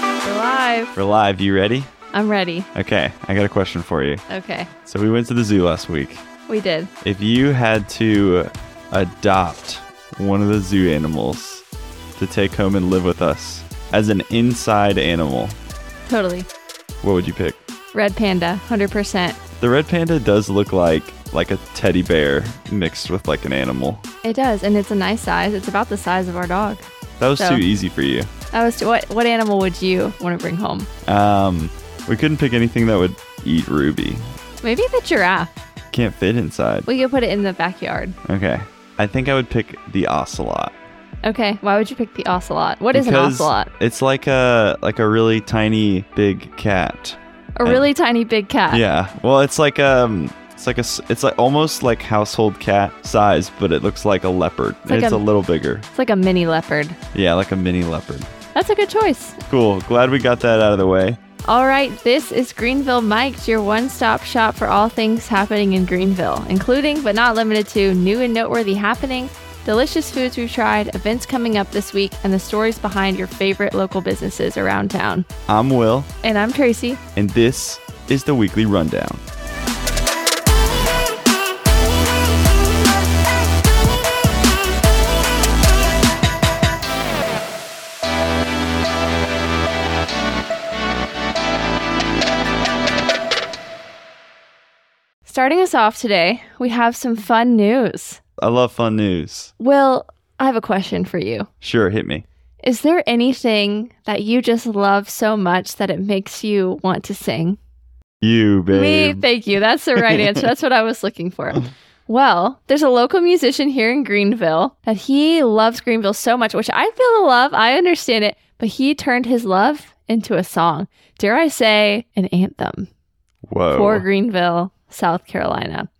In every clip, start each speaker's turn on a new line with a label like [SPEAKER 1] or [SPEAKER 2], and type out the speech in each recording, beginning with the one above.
[SPEAKER 1] live.
[SPEAKER 2] We're live. You ready?
[SPEAKER 1] I'm ready.
[SPEAKER 2] Okay, I got a question for you.
[SPEAKER 1] Okay,
[SPEAKER 2] So we went to the zoo last week.
[SPEAKER 1] we did.
[SPEAKER 2] If you had to adopt one of the zoo animals to take home and live with us as an inside animal,
[SPEAKER 1] Totally.
[SPEAKER 2] what would you pick?
[SPEAKER 1] Red panda, 100%.
[SPEAKER 2] The red panda does look like like a teddy bear mixed with like an animal.
[SPEAKER 1] It does, and it's a nice size. It's about the size of our dog.
[SPEAKER 2] That was
[SPEAKER 1] So-
[SPEAKER 2] too easy for you.
[SPEAKER 1] I was what what animal would you want to bring home?
[SPEAKER 2] Um, we couldn't pick anything that would eat Ruby.
[SPEAKER 1] Maybe the giraffe.
[SPEAKER 2] Can't fit inside.
[SPEAKER 1] We could put it in the backyard.
[SPEAKER 2] Okay. I think I would pick the ocelot.
[SPEAKER 1] Okay, why would you pick the ocelot? What is
[SPEAKER 2] Because
[SPEAKER 1] an ocelot?
[SPEAKER 2] It's like a like a really tiny big cat.
[SPEAKER 1] A really tiny big cat.
[SPEAKER 2] Yeah. Well, it's like um it's like a s- it's like almost like household cat size, but it looks like a leopard. It's,
[SPEAKER 1] like
[SPEAKER 2] it's
[SPEAKER 1] a-
[SPEAKER 2] a, little bigger.
[SPEAKER 1] It's like a mini leopard.
[SPEAKER 2] Yeah, like a mini leopard.
[SPEAKER 1] That's a good choice.
[SPEAKER 2] Cool. Glad we got that out of the way.
[SPEAKER 1] All right, this is Greenville Mike's, your one stop shop for all things happening in Greenville, including but not limited to new and noteworthy happenings, delicious foods we've tried, events coming up this week, and the stories behind your favorite local businesses around town.
[SPEAKER 2] I'm Will,
[SPEAKER 1] And I'm Tracy.
[SPEAKER 2] and this is the weekly rundown.
[SPEAKER 1] Starting us off today, we have some fun news.
[SPEAKER 2] I love fun news.
[SPEAKER 1] Will, I have a question for you.
[SPEAKER 2] Sure, hit me.
[SPEAKER 1] Is there anything that you just love so much that it makes you want to sing?
[SPEAKER 2] You,
[SPEAKER 1] Me,
[SPEAKER 2] babe.
[SPEAKER 1] thank you. That's the right answer. That's what I was looking for. Well, there's a local musician here in Greenville that he loves Greenville so much, which I feel the love. I understand it, but he turned his love into a song. Dare I say, an anthem
[SPEAKER 2] Whoa.
[SPEAKER 1] for Greenville, South Carolina.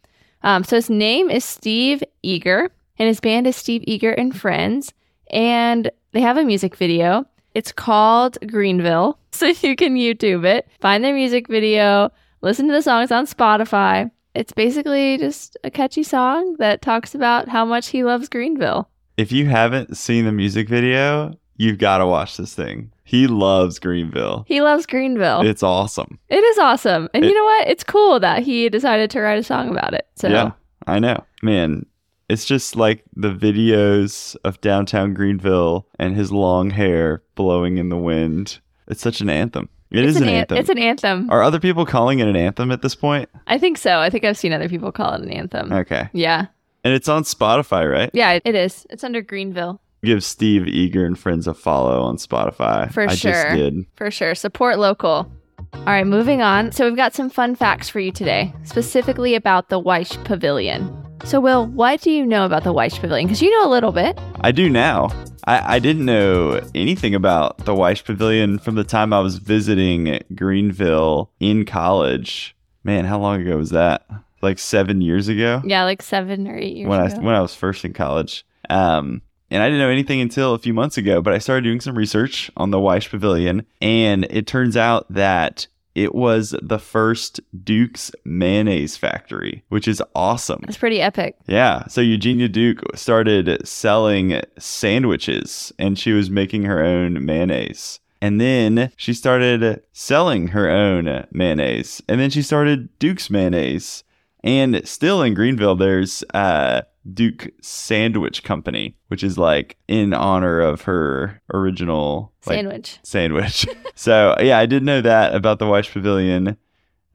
[SPEAKER 1] Um, so his name is Steve Eager, and his band is Steve Eager and Friends, and they have a music video. It's called Greenville, so you can YouTube it, find their music video, listen to the songs on Spotify. It's basically just a catchy song that talks about how much he loves Greenville.
[SPEAKER 2] If you haven't seen the music video, you've got to watch this thing. He loves Greenville.
[SPEAKER 1] He loves Greenville.
[SPEAKER 2] It's awesome.
[SPEAKER 1] it is awesome. And
[SPEAKER 2] It-
[SPEAKER 1] you know what? It's cool that he decided to write a song about it. So
[SPEAKER 2] Yeah, I know. Man, it's just like the videos of downtown Greenville and his long hair blowing in the wind. It's such an anthem. it's an,
[SPEAKER 1] an, an-
[SPEAKER 2] anthem.
[SPEAKER 1] It's an anthem.
[SPEAKER 2] Are other people calling it an anthem at this point?
[SPEAKER 1] I think so. I think I've seen other people call it an anthem.
[SPEAKER 2] Okay.
[SPEAKER 1] Yeah.
[SPEAKER 2] And it's on Spotify, right?
[SPEAKER 1] Mm. Yeah, it is. It's under Greenville
[SPEAKER 2] Give Steve Eager and Friends a follow on Spotify.
[SPEAKER 1] For
[SPEAKER 2] I
[SPEAKER 1] sure.
[SPEAKER 2] just did.
[SPEAKER 1] for sure. Support local. All right, moving on. So we've got some fun facts for you today, specifically about the Weish Pavilion. So, Will, what do you know about the Weish Pavilion? Because you know a little bit.
[SPEAKER 2] I do now. I, I didn't know anything about the Weish Pavilion from the time I was visiting Greenville in college. Man, how long ago was that? Like seven years ago
[SPEAKER 1] Yeah, like seven or eight years
[SPEAKER 2] when
[SPEAKER 1] ago.
[SPEAKER 2] I when I was first in college. Um, and I didn't know anything until a few months ago, but I started doing some research on the Weish Pavilion, and it turns out that it was the first Duke's mayonnaise factory, which is awesome.
[SPEAKER 1] It's pretty epic.
[SPEAKER 2] Yeah. So Eugenia Duke started selling sandwiches and she was making her own mayonnaise. And then she started selling her own mayonnaise. And then she started Duke's mayonnaise. And still in Greenville, there's uh, Duke Sandwich Company, which is like in honor of her original like,
[SPEAKER 1] Sandwich.
[SPEAKER 2] sandwich. so yeah, I did know that about the Weish Pavilion.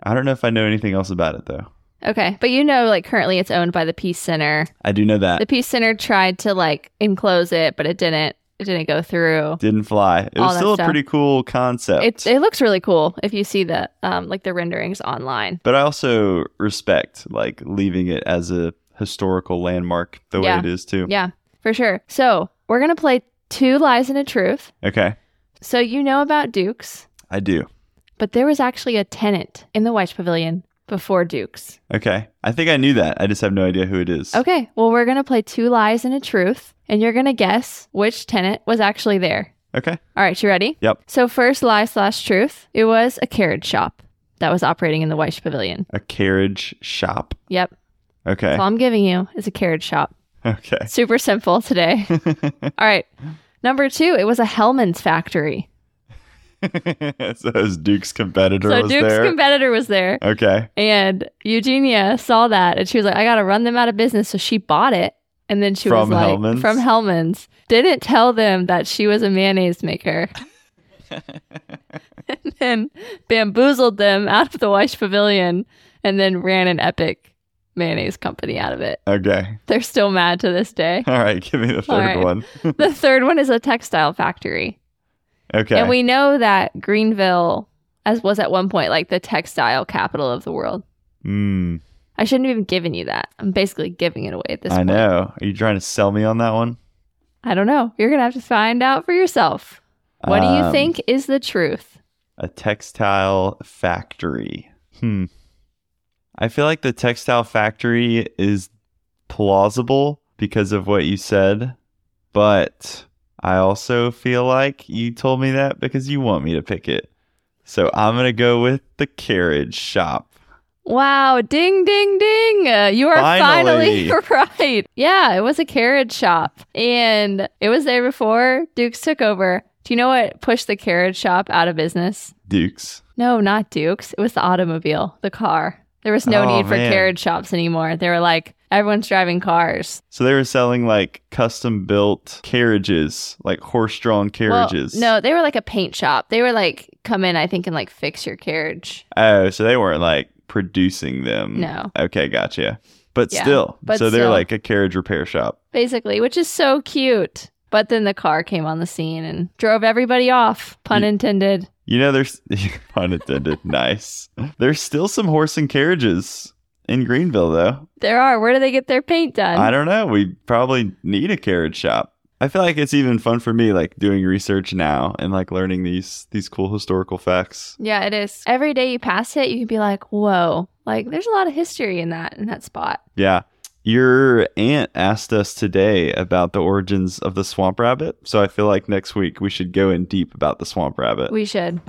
[SPEAKER 2] I don't know if I know anything else about it though.
[SPEAKER 1] Okay. But you know, like, currently it's owned by the Peace Center.
[SPEAKER 2] I do know that.
[SPEAKER 1] The Peace Center tried to, like, enclose it, but it didn't. It didn't go through.
[SPEAKER 2] didn't fly. It
[SPEAKER 1] All
[SPEAKER 2] was
[SPEAKER 1] that
[SPEAKER 2] still a
[SPEAKER 1] stuff.
[SPEAKER 2] pretty cool concept.
[SPEAKER 1] It, it looks really cool if you see the um like the renderings online.
[SPEAKER 2] but I also respect like leaving it as a historical landmark the way
[SPEAKER 1] Yeah.
[SPEAKER 2] it is too.
[SPEAKER 1] Yeah, for sure. So we're gonna play two lies and a truth.
[SPEAKER 2] Okay.
[SPEAKER 1] So you know about Duke's,
[SPEAKER 2] I do.
[SPEAKER 1] but there was actually a tenant in the Weish Pavilion before Duke's.
[SPEAKER 2] Okay. I think I knew that. I just have no idea who it is.
[SPEAKER 1] Okay, well we're gonna play two lies and a truth, and you're gonna guess which tenant was actually there.
[SPEAKER 2] Okay.
[SPEAKER 1] All right, you ready?
[SPEAKER 2] Yep.
[SPEAKER 1] So first lie slash truth, it was a carriage shop that was operating in the Weish Pavilion.
[SPEAKER 2] A carriage shop.
[SPEAKER 1] Yep.
[SPEAKER 2] Okay.
[SPEAKER 1] That's all I'm giving you is a carriage shop.
[SPEAKER 2] Okay.
[SPEAKER 1] Super simple today. All right. Number two, it was a Hellman's factory.
[SPEAKER 2] so his Duke's competitor
[SPEAKER 1] so
[SPEAKER 2] was
[SPEAKER 1] Duke's
[SPEAKER 2] there.
[SPEAKER 1] competitor was there,
[SPEAKER 2] okay.
[SPEAKER 1] and Eugenia saw that, and she was like, "I gotta run them out of business." So she bought it, and then she
[SPEAKER 2] From
[SPEAKER 1] was like,
[SPEAKER 2] Hellman's?
[SPEAKER 1] "From Hellman's." Didn't tell them that she was a mayonnaise maker, and then bamboozled them out of the Weish Pavilion, and then ran an epic mayonnaise company out of it.
[SPEAKER 2] Okay.
[SPEAKER 1] They're still mad to this day.
[SPEAKER 2] All right. Give me the
[SPEAKER 1] All
[SPEAKER 2] third
[SPEAKER 1] right.
[SPEAKER 2] one.
[SPEAKER 1] the third one is a textile factory.
[SPEAKER 2] Okay.
[SPEAKER 1] And we know that Greenville as was at one point like the textile capital of the world.
[SPEAKER 2] Mm,
[SPEAKER 1] I shouldn't have even given you that. I'm basically giving it away at this
[SPEAKER 2] I
[SPEAKER 1] point.
[SPEAKER 2] know. Are you trying to sell me on that one?
[SPEAKER 1] I don't know. You're going to have to find out for yourself. What do you
[SPEAKER 2] Um,
[SPEAKER 1] think is the truth?
[SPEAKER 2] A textile factory. Hmm. I feel like the textile factory is plausible because of what you said, but I also feel like you told me that because you want me to pick it. So I'm going to go with the carriage shop.
[SPEAKER 1] Wow, ding ding ding. Uh, you are finally.
[SPEAKER 2] Finally.
[SPEAKER 1] right. Yeah, it was a carriage shop and it was there before Dukes took over. Do you know what pushed the carriage shop out of business?
[SPEAKER 2] Dukes.
[SPEAKER 1] No, not Duke's. It was the automobile, the car. There was no
[SPEAKER 2] Oh,
[SPEAKER 1] need for
[SPEAKER 2] man.
[SPEAKER 1] carriage shops anymore. They were like, everyone's driving cars.
[SPEAKER 2] So they were selling like custom built carriages, like horse drawn
[SPEAKER 1] Well,
[SPEAKER 2] carriages.
[SPEAKER 1] no, they were like a paint shop. They were like, come in, I think, and like fix your carriage.
[SPEAKER 2] Oh, so they weren't like producing them.
[SPEAKER 1] No.
[SPEAKER 2] Okay, gotcha. But
[SPEAKER 1] Yeah,
[SPEAKER 2] still,
[SPEAKER 1] but
[SPEAKER 2] so they're
[SPEAKER 1] still.
[SPEAKER 2] like a carriage repair shop.
[SPEAKER 1] Basically, which is so cute. But then the car came on the scene and drove everybody off, pun
[SPEAKER 2] Ye-
[SPEAKER 1] intended.
[SPEAKER 2] You know, there's pun intended. nice. There's still some horse and carriages in Greenville, though.
[SPEAKER 1] There are. Where do they get their paint done?
[SPEAKER 2] I don't know. We probably need a carriage shop. I feel like it's even fun for me, like doing research now and like learning these these cool historical facts.
[SPEAKER 1] yeah, it is. Every day you pass it, you can be like, whoa, like there's a lot of history in that in that spot.
[SPEAKER 2] Yeah. Your aunt asked us today about the origins of the swamp rabbit. So I feel like next week we should go in deep about the swamp rabbit.
[SPEAKER 1] We should.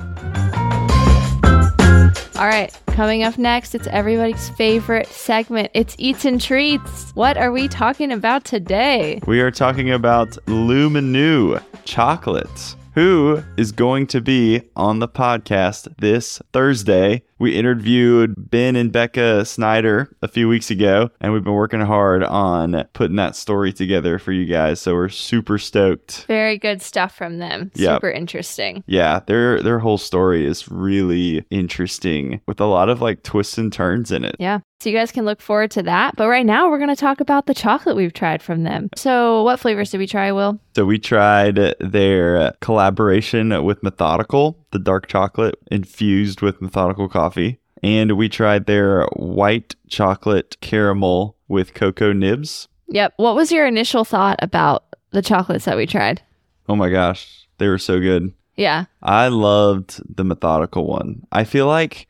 [SPEAKER 1] All right, coming up next, it's everybody's favorite segment. It's Eats and Treats. What are we talking about today?
[SPEAKER 2] We are talking about Luminu Chocolate, who is going to be on the podcast this Thursday. We interviewed Ben and Becca Snyder a few weeks ago, and we've been working hard on putting that story together for you guys. So we're super stoked.
[SPEAKER 1] Very good stuff from them.
[SPEAKER 2] Yep.
[SPEAKER 1] Super interesting.
[SPEAKER 2] Yeah, their their whole story is really interesting with a lot of like twists and turns in it.
[SPEAKER 1] Yeah. So you guys can look forward to that. But right now, we're going to talk about the chocolate we've tried from them. So, what flavors did we try, Will?
[SPEAKER 2] So we tried their collaboration with Methodical, the dark chocolate infused with Methodical coffee, and we tried their white chocolate caramel with cocoa nibs.
[SPEAKER 1] Yep. What was your initial thought about the chocolates that we tried?
[SPEAKER 2] Oh my gosh, they were so good.
[SPEAKER 1] Yeah.
[SPEAKER 2] I loved the methodical one. I feel like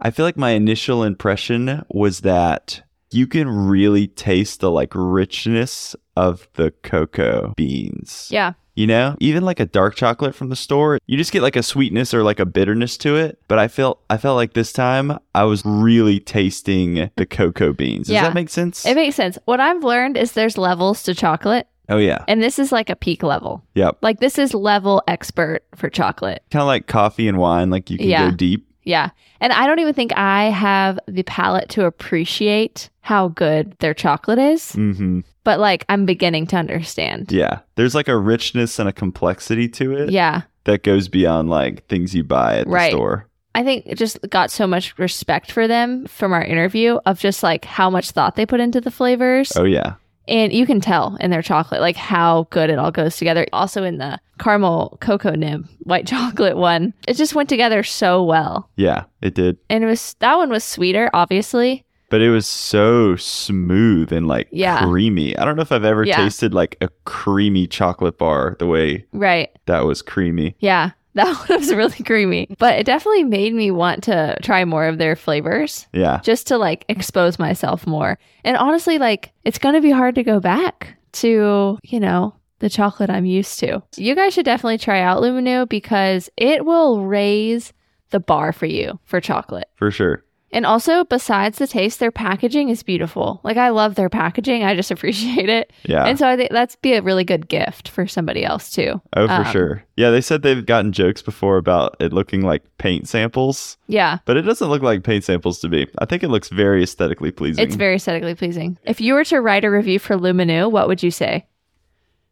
[SPEAKER 2] I feel like my initial impression was that you can really taste the like richness of the cocoa beans.
[SPEAKER 1] Yeah.
[SPEAKER 2] You know, even like a dark chocolate from the store, you just get like a sweetness or like a bitterness to it. But I felt I felt like this time I was really tasting the cocoa beans. Does
[SPEAKER 1] Yeah.
[SPEAKER 2] that make sense?
[SPEAKER 1] It makes sense. What I've learned is there's levels to chocolate,
[SPEAKER 2] oh yeah.
[SPEAKER 1] and this is like a peak level.
[SPEAKER 2] Yep.
[SPEAKER 1] Like, this is level expert for chocolate.
[SPEAKER 2] Kind of like coffee and wine, like you can
[SPEAKER 1] Yeah.
[SPEAKER 2] go deep.
[SPEAKER 1] Yeah. And I don't even think I have the palate to appreciate how good their chocolate is,
[SPEAKER 2] hmm
[SPEAKER 1] but like I'm beginning to understand.
[SPEAKER 2] Yeah. There's like a richness and a complexity to it.
[SPEAKER 1] Yeah.
[SPEAKER 2] that goes beyond like things you buy at the
[SPEAKER 1] Right.
[SPEAKER 2] store.
[SPEAKER 1] I think it just got so much respect for them from our interview of just like how much thought they put into the flavors.
[SPEAKER 2] Oh yeah.
[SPEAKER 1] And you can tell in their chocolate, like how good it all goes together. Also in the caramel cocoa nib white chocolate one, it just went together so well.
[SPEAKER 2] Yeah, it did.
[SPEAKER 1] And it was that one was sweeter, obviously.
[SPEAKER 2] But it was so smooth and like
[SPEAKER 1] Yeah.
[SPEAKER 2] creamy. I don't know if I've ever
[SPEAKER 1] Yeah.
[SPEAKER 2] tasted like a creamy chocolate bar the way
[SPEAKER 1] Right.
[SPEAKER 2] that was creamy.
[SPEAKER 1] Yeah, that one was really creamy, but it definitely made me want to try more of their flavors
[SPEAKER 2] Yeah.
[SPEAKER 1] just to like expose myself more. And honestly, like it's going to be hard to go back to, you know, the chocolate I'm used to. You guys should definitely try out Luminu because it will raise the bar for you for chocolate.
[SPEAKER 2] For sure.
[SPEAKER 1] And also, besides the taste, their packaging is beautiful. Like, I love their packaging. I just appreciate it.
[SPEAKER 2] Yeah.
[SPEAKER 1] And so, I think that's be a really good gift for somebody else, too.
[SPEAKER 2] oh, for
[SPEAKER 1] um,
[SPEAKER 2] sure. Yeah, they said they've gotten jokes before about it looking like paint samples,
[SPEAKER 1] Yeah.
[SPEAKER 2] but it doesn't look like paint samples to me. I think it looks very aesthetically pleasing.
[SPEAKER 1] It's very aesthetically pleasing. If you were to write a review for Luminu, what would you say?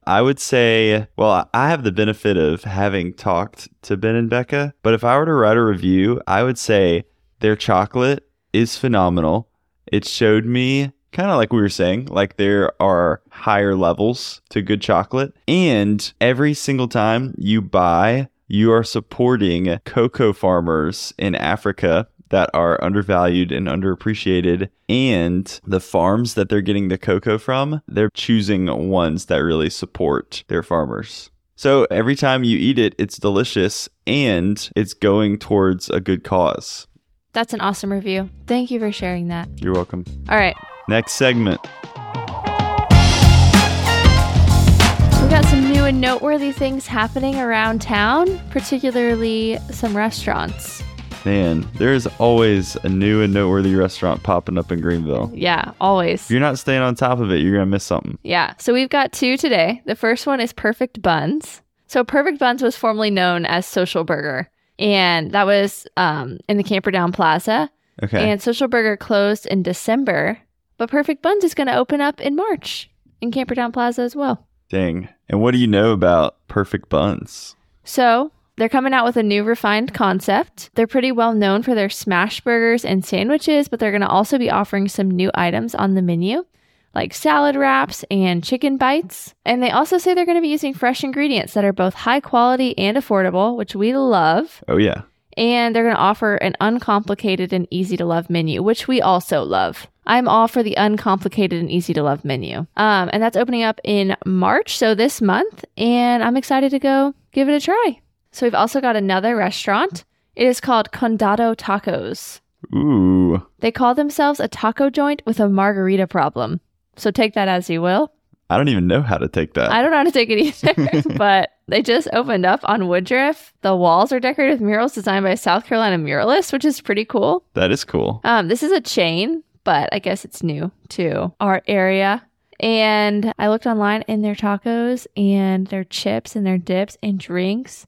[SPEAKER 2] I would say, well, I have the benefit of having talked to Ben and Becca, but if I were to write a review, I would say their chocolate is phenomenal. It showed me kind of like we were saying, like there are higher levels to good chocolate. And every single time you buy, you are supporting cocoa farmers in Africa that are undervalued and underappreciated. And the farms that they're getting the cocoa from, they're choosing ones that really support their farmers. So every time you eat it, it's delicious and it's going towards a good cause.
[SPEAKER 1] That's an awesome review. Thank you for sharing that.
[SPEAKER 2] You're welcome.
[SPEAKER 1] All right.
[SPEAKER 2] Next segment.
[SPEAKER 1] We've got some new and noteworthy things happening around town, particularly some restaurants.
[SPEAKER 2] Man, there's always a new and noteworthy restaurant popping up in Greenville.
[SPEAKER 1] Yeah, always.
[SPEAKER 2] If you're not staying on top of it, you're going to miss something.
[SPEAKER 1] Yeah. So we've got two today. The first one is Perfect Buns. So Perfect Buns was formerly known as Social Burger, and that was um, in the Camperdown Plaza.
[SPEAKER 2] Okay.
[SPEAKER 1] And Social Burger closed in December, but Perfect Buns is going to open up in March in Camperdown Plaza as well.
[SPEAKER 2] Dang. And what do you know about perfect buns?
[SPEAKER 1] So they're coming out with a new refined concept. They're pretty well known for their smash burgers and sandwiches, but they're going to also be offering some new items on the menu, like salad wraps and chicken bites. And they also say they're going to be using fresh ingredients that are both high quality and affordable, which we love.
[SPEAKER 2] Oh, yeah.
[SPEAKER 1] And they're going to offer an uncomplicated and easy to love menu, which we also love. I'm all for the uncomplicated and easy to love menu. Um, and that's opening up in March, so this month. And I'm excited to go give it a try. So we've also got another restaurant. It is called Condado Tacos.
[SPEAKER 2] Ooh.
[SPEAKER 1] They call themselves a taco joint with a margarita problem. So take that as you will.
[SPEAKER 2] I don't even know how to take that.
[SPEAKER 1] I don't know how to take it either, but they just opened up on Woodruff. The walls are decorated with murals designed by South Carolina muralist, which is pretty cool.
[SPEAKER 2] that is cool.
[SPEAKER 1] Um, this is a chain, but I guess it's new to our area. And I looked online and their tacos and their chips and their dips and drinks.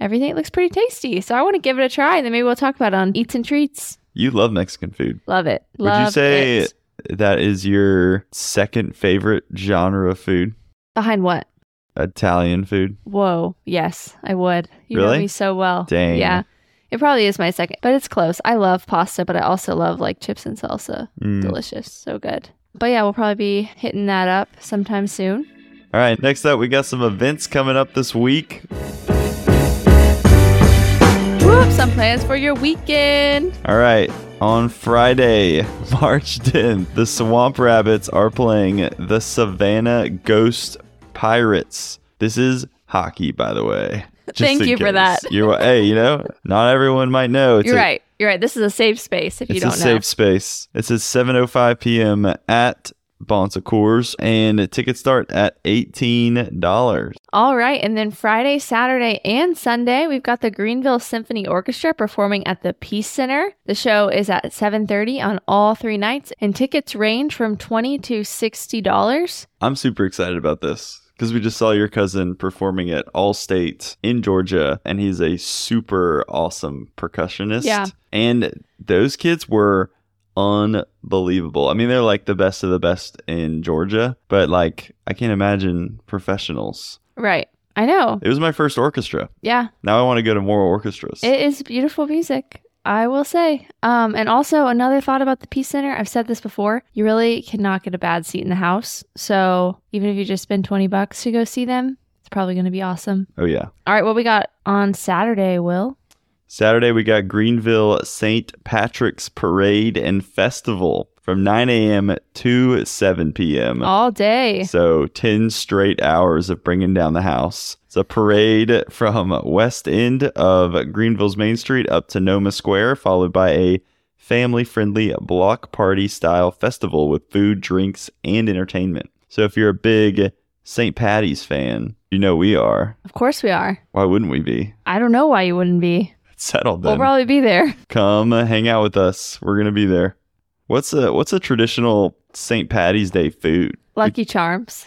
[SPEAKER 1] Everything looks pretty tasty. So I want to give it a try and then maybe we'll talk about it on Eats and Treats.
[SPEAKER 2] You love Mexican food.
[SPEAKER 1] Love it.
[SPEAKER 2] Would you
[SPEAKER 1] Love
[SPEAKER 2] say-
[SPEAKER 1] it.
[SPEAKER 2] That is your second favorite genre of food?
[SPEAKER 1] behind what?
[SPEAKER 2] Italian food.
[SPEAKER 1] Whoa. Yes, I would. You know
[SPEAKER 2] Really?
[SPEAKER 1] me so well.
[SPEAKER 2] Dang.
[SPEAKER 1] Yeah. It probably is my second, but it's close. I love pasta, but I also love like chips and salsa.
[SPEAKER 2] Mm.
[SPEAKER 1] Delicious. So good. But yeah, we'll probably be hitting that up sometime soon.
[SPEAKER 2] All right. Next up, we got some events coming up this week.
[SPEAKER 1] Whoop, some plans for your weekend.
[SPEAKER 2] All right. On Friday, March 10th, the Swamp Rabbits are playing the Savannah Ghost Pirates. This is hockey, by the way. Just
[SPEAKER 1] Thank
[SPEAKER 2] in
[SPEAKER 1] you for that.
[SPEAKER 2] You're hey, you know, not everyone might know. It's
[SPEAKER 1] You're
[SPEAKER 2] a-
[SPEAKER 1] right. You're right. This is a safe space if you
[SPEAKER 2] It's
[SPEAKER 1] don't
[SPEAKER 2] a
[SPEAKER 1] know.
[SPEAKER 2] safe space. It's at 7:05 p.m. at Bonsa Coors, and tickets start at eighteen dollars.
[SPEAKER 1] All right. And then Friday, Saturday, and Sunday, we've got the Greenville Symphony Orchestra performing at the Peace Center. The show is at 7:30 on all three nights, and tickets range from 20 to $60.
[SPEAKER 2] I'm super excited about this because we just saw your cousin performing at All State in Georgia, and he's a super awesome percussionist.
[SPEAKER 1] Yeah.
[SPEAKER 2] and those kids were unbelievable. I mean, they're like the best of the best in Georgia, but like I can't imagine professionals.
[SPEAKER 1] Right. I know.
[SPEAKER 2] It was my first orchestra.
[SPEAKER 1] Yeah.
[SPEAKER 2] Now I want to go to more orchestras.
[SPEAKER 1] It is beautiful music, I will say. Um, and also another thought about the Peace Center. I've said this before. You really cannot get a bad seat in the house. So even if you just spend twenty bucks to go see them, it's probably going to be awesome.
[SPEAKER 2] oh yeah.
[SPEAKER 1] All right, what we got on Saturday, Will?
[SPEAKER 2] Saturday, we got Greenville St. Patrick's Parade and Festival from 9 a.m. to 7 p.m.
[SPEAKER 1] All day.
[SPEAKER 2] So 10 straight hours of bringing down the house. It's a parade from west end of Greenville's Main Street up to Noma Square, followed by a family friendly block party style festival with food, drinks, and entertainment. So if you're a big St. Patty's fan, you know we are.
[SPEAKER 1] Of course we are.
[SPEAKER 2] Why wouldn't we be?
[SPEAKER 1] I don't know why you wouldn't be.
[SPEAKER 2] I settled then.
[SPEAKER 1] We'll probably be there.
[SPEAKER 2] Come uh, hang out with us. We're gonna be there. What's a what's a traditional St. Patty's Day food?
[SPEAKER 1] Lucky Charms.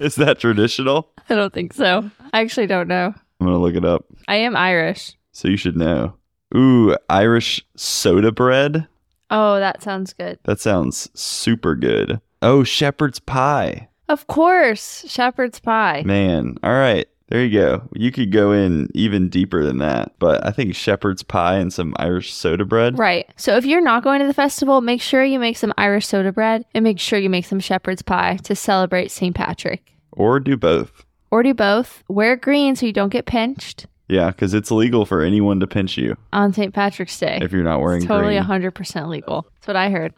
[SPEAKER 2] Is that traditional?
[SPEAKER 1] I don't think so. I actually don't know.
[SPEAKER 2] I'm gonna look it up.
[SPEAKER 1] I am Irish.
[SPEAKER 2] So you should know. Ooh, Irish soda bread.
[SPEAKER 1] Oh, that sounds good.
[SPEAKER 2] That sounds super good. Oh, shepherd's pie.
[SPEAKER 1] Of course, shepherd's pie.
[SPEAKER 2] Man, all right. There you go. You could go in even deeper than that, but I think shepherd's pie and some Irish soda bread.
[SPEAKER 1] Right. So if you're not going to the festival, make sure you make some Irish soda bread and make sure you make some shepherd's pie to celebrate St. Patrick.
[SPEAKER 2] Or do both.
[SPEAKER 1] Or do both. Wear green so you don't get pinched
[SPEAKER 2] Yeah, because it's illegal for anyone to pinch you
[SPEAKER 1] on St. Patrick's Day.
[SPEAKER 2] if you're not wearing
[SPEAKER 1] It's totally
[SPEAKER 2] green.
[SPEAKER 1] 100% legal. That's what I heard.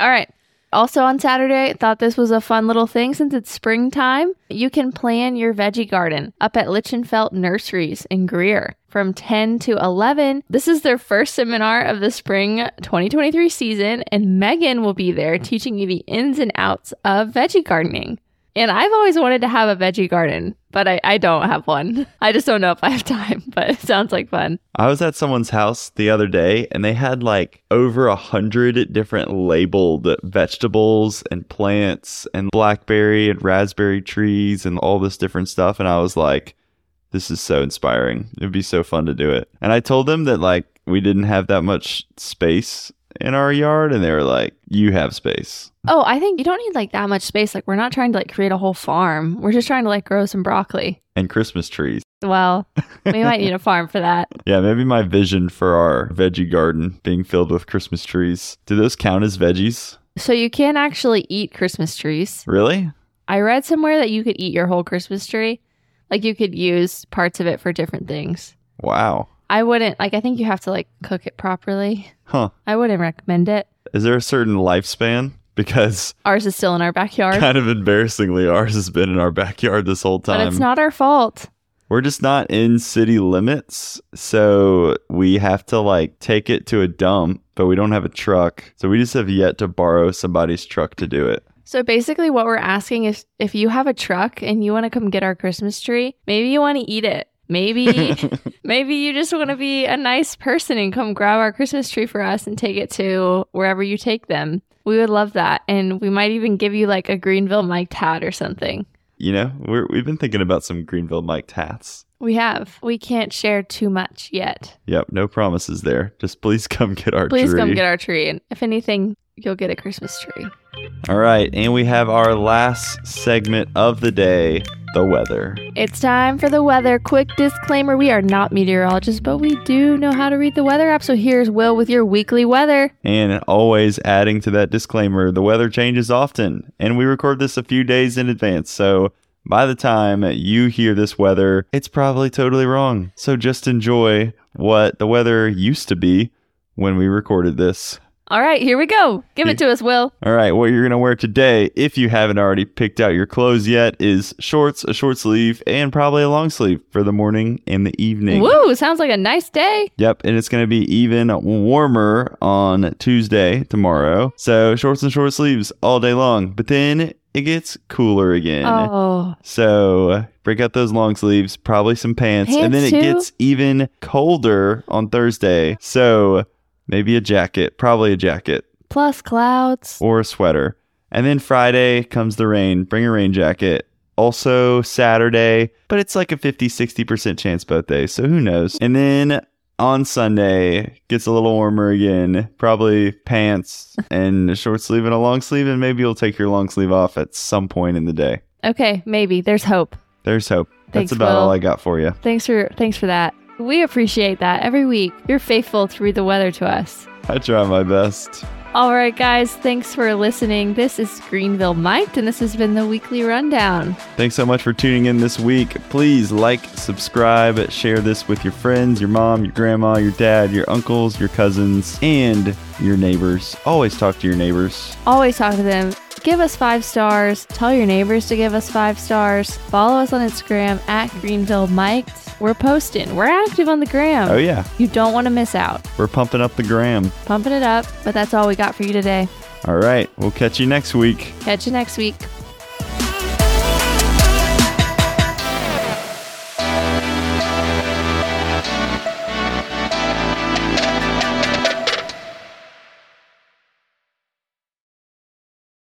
[SPEAKER 1] All right. Also on Saturday, I thought this was a fun little thing since it's springtime. You can plan your veggie garden up at Lichtenfeld Nurseries in Greer from 10 to 11. This is their first seminar of the spring 2023 season, and Megan will be there teaching you the ins and outs of veggie gardening. And I've always wanted to have a veggie garden, but I, I don't have one. I just don't know if I have time, but it sounds like fun.
[SPEAKER 2] I was at someone's house the other day and they had like over a hundred different labeled vegetables and plants and blackberry and raspberry trees and all this different stuff. And I was like, this is so inspiring. It'd be so fun to do it. And I told them that like we didn't have that much space in our yard. And they were like, you have space.
[SPEAKER 1] Oh, I think you don't need like that much space. Like we're not trying to like create a whole farm. We're just trying to like grow some broccoli.
[SPEAKER 2] And Christmas trees.
[SPEAKER 1] Well, we might need a farm for that.
[SPEAKER 2] Yeah, maybe my vision for our veggie garden being filled with Christmas trees. Do those count as veggies?
[SPEAKER 1] So you can actually eat Christmas trees.
[SPEAKER 2] Really?
[SPEAKER 1] I read somewhere that you could eat your whole Christmas tree. Like you could use parts of it for different things.
[SPEAKER 2] Wow.
[SPEAKER 1] I wouldn't like I think you have to like cook it properly.
[SPEAKER 2] Huh.
[SPEAKER 1] I wouldn't recommend it.
[SPEAKER 2] Is there a certain lifespan? Because
[SPEAKER 1] Ours is still in our backyard.
[SPEAKER 2] kind of embarrassingly, ours has been in our backyard this whole
[SPEAKER 1] But
[SPEAKER 2] time.
[SPEAKER 1] it's not our fault.
[SPEAKER 2] We're just not in city limits. So we have to like take it to a dump, but we don't have a truck. So we just have yet to borrow somebody's truck to do it.
[SPEAKER 1] So basically, what we're asking is if you have a truck and you want to come get our Christmas tree, maybe you want to eat it. Maybe, maybe you just want to be a nice person and come grab our Christmas tree for us and take it to wherever you take them. We would love that, and we might even give you like a Greenville Mike hat or something.
[SPEAKER 2] You know, we're, we've been thinking about some Greenville Mike tats.
[SPEAKER 1] We have. We can't share too much yet.
[SPEAKER 2] Yep, no promises there. Just please come get our
[SPEAKER 1] Please
[SPEAKER 2] tree.
[SPEAKER 1] come get our tree, and if anything, you'll get a Christmas tree.
[SPEAKER 2] All right, and we have our last segment of the day, the weather.
[SPEAKER 1] It's time for the weather. Quick disclaimer we are not meteorologists, but we do know how to read the weather app. So here's Will with your weekly weather.
[SPEAKER 2] And always adding to that disclaimer, the weather changes often, and we record this a few days in advance. So by the time you hear this weather, it's probably totally wrong. So just enjoy what the weather used to be when we recorded this.
[SPEAKER 1] All right, here we go. Give it to us, Will.
[SPEAKER 2] All right, what you're going to wear today, if you haven't already picked out your clothes yet, is shorts, a short sleeve, and probably a long sleeve for the morning and the evening.
[SPEAKER 1] Woo, sounds like a nice day.
[SPEAKER 2] Yep, and it's going to be even warmer on Tuesday tomorrow. So shorts and short sleeves all day long, but then it gets cooler again.
[SPEAKER 1] Oh,
[SPEAKER 2] So break out those long sleeves, probably some pants, and then
[SPEAKER 1] Pants
[SPEAKER 2] it
[SPEAKER 1] too?
[SPEAKER 2] gets even colder on Thursday. So maybe a jacket, probably a jacket
[SPEAKER 1] plus clouds.
[SPEAKER 2] or a sweater. And then Friday comes the rain, bring a rain jacket. Also Saturday, but it's like a 50 60% chance both days, so who knows. And then on Sunday gets a little warmer again, probably pants and a short sleeve and a long sleeve and maybe you'll take your long sleeve off at some point in the day.
[SPEAKER 1] Okay, maybe there's hope.
[SPEAKER 2] There's hope.
[SPEAKER 1] Thanks,
[SPEAKER 2] That's about all
[SPEAKER 1] Will.
[SPEAKER 2] I got for you.
[SPEAKER 1] Thanks for thanks for that. We appreciate that. Every week, you're faithful to read the weather to us.
[SPEAKER 2] I try my best.
[SPEAKER 1] All right, guys, thanks for listening. This is Greenville Mike, and this has been the weekly rundown.
[SPEAKER 2] Thanks so much for tuning in this week. Please like, subscribe, share this with your friends, your mom, your grandma, your dad, your uncles, your cousins, and your neighbors. Always talk to your neighbors.
[SPEAKER 1] always talk to them. Give us five stars. Tell your neighbors to give us five stars. Follow us on Instagram at Greenville Mike. We're posting. We're active on the gram.
[SPEAKER 2] Oh, yeah,
[SPEAKER 1] You don't want to miss out.
[SPEAKER 2] we're pumping up the gram.
[SPEAKER 1] Pumping it up. But that's all we got for you today.
[SPEAKER 2] All right, we'll catch you next week.
[SPEAKER 1] Catch you next week.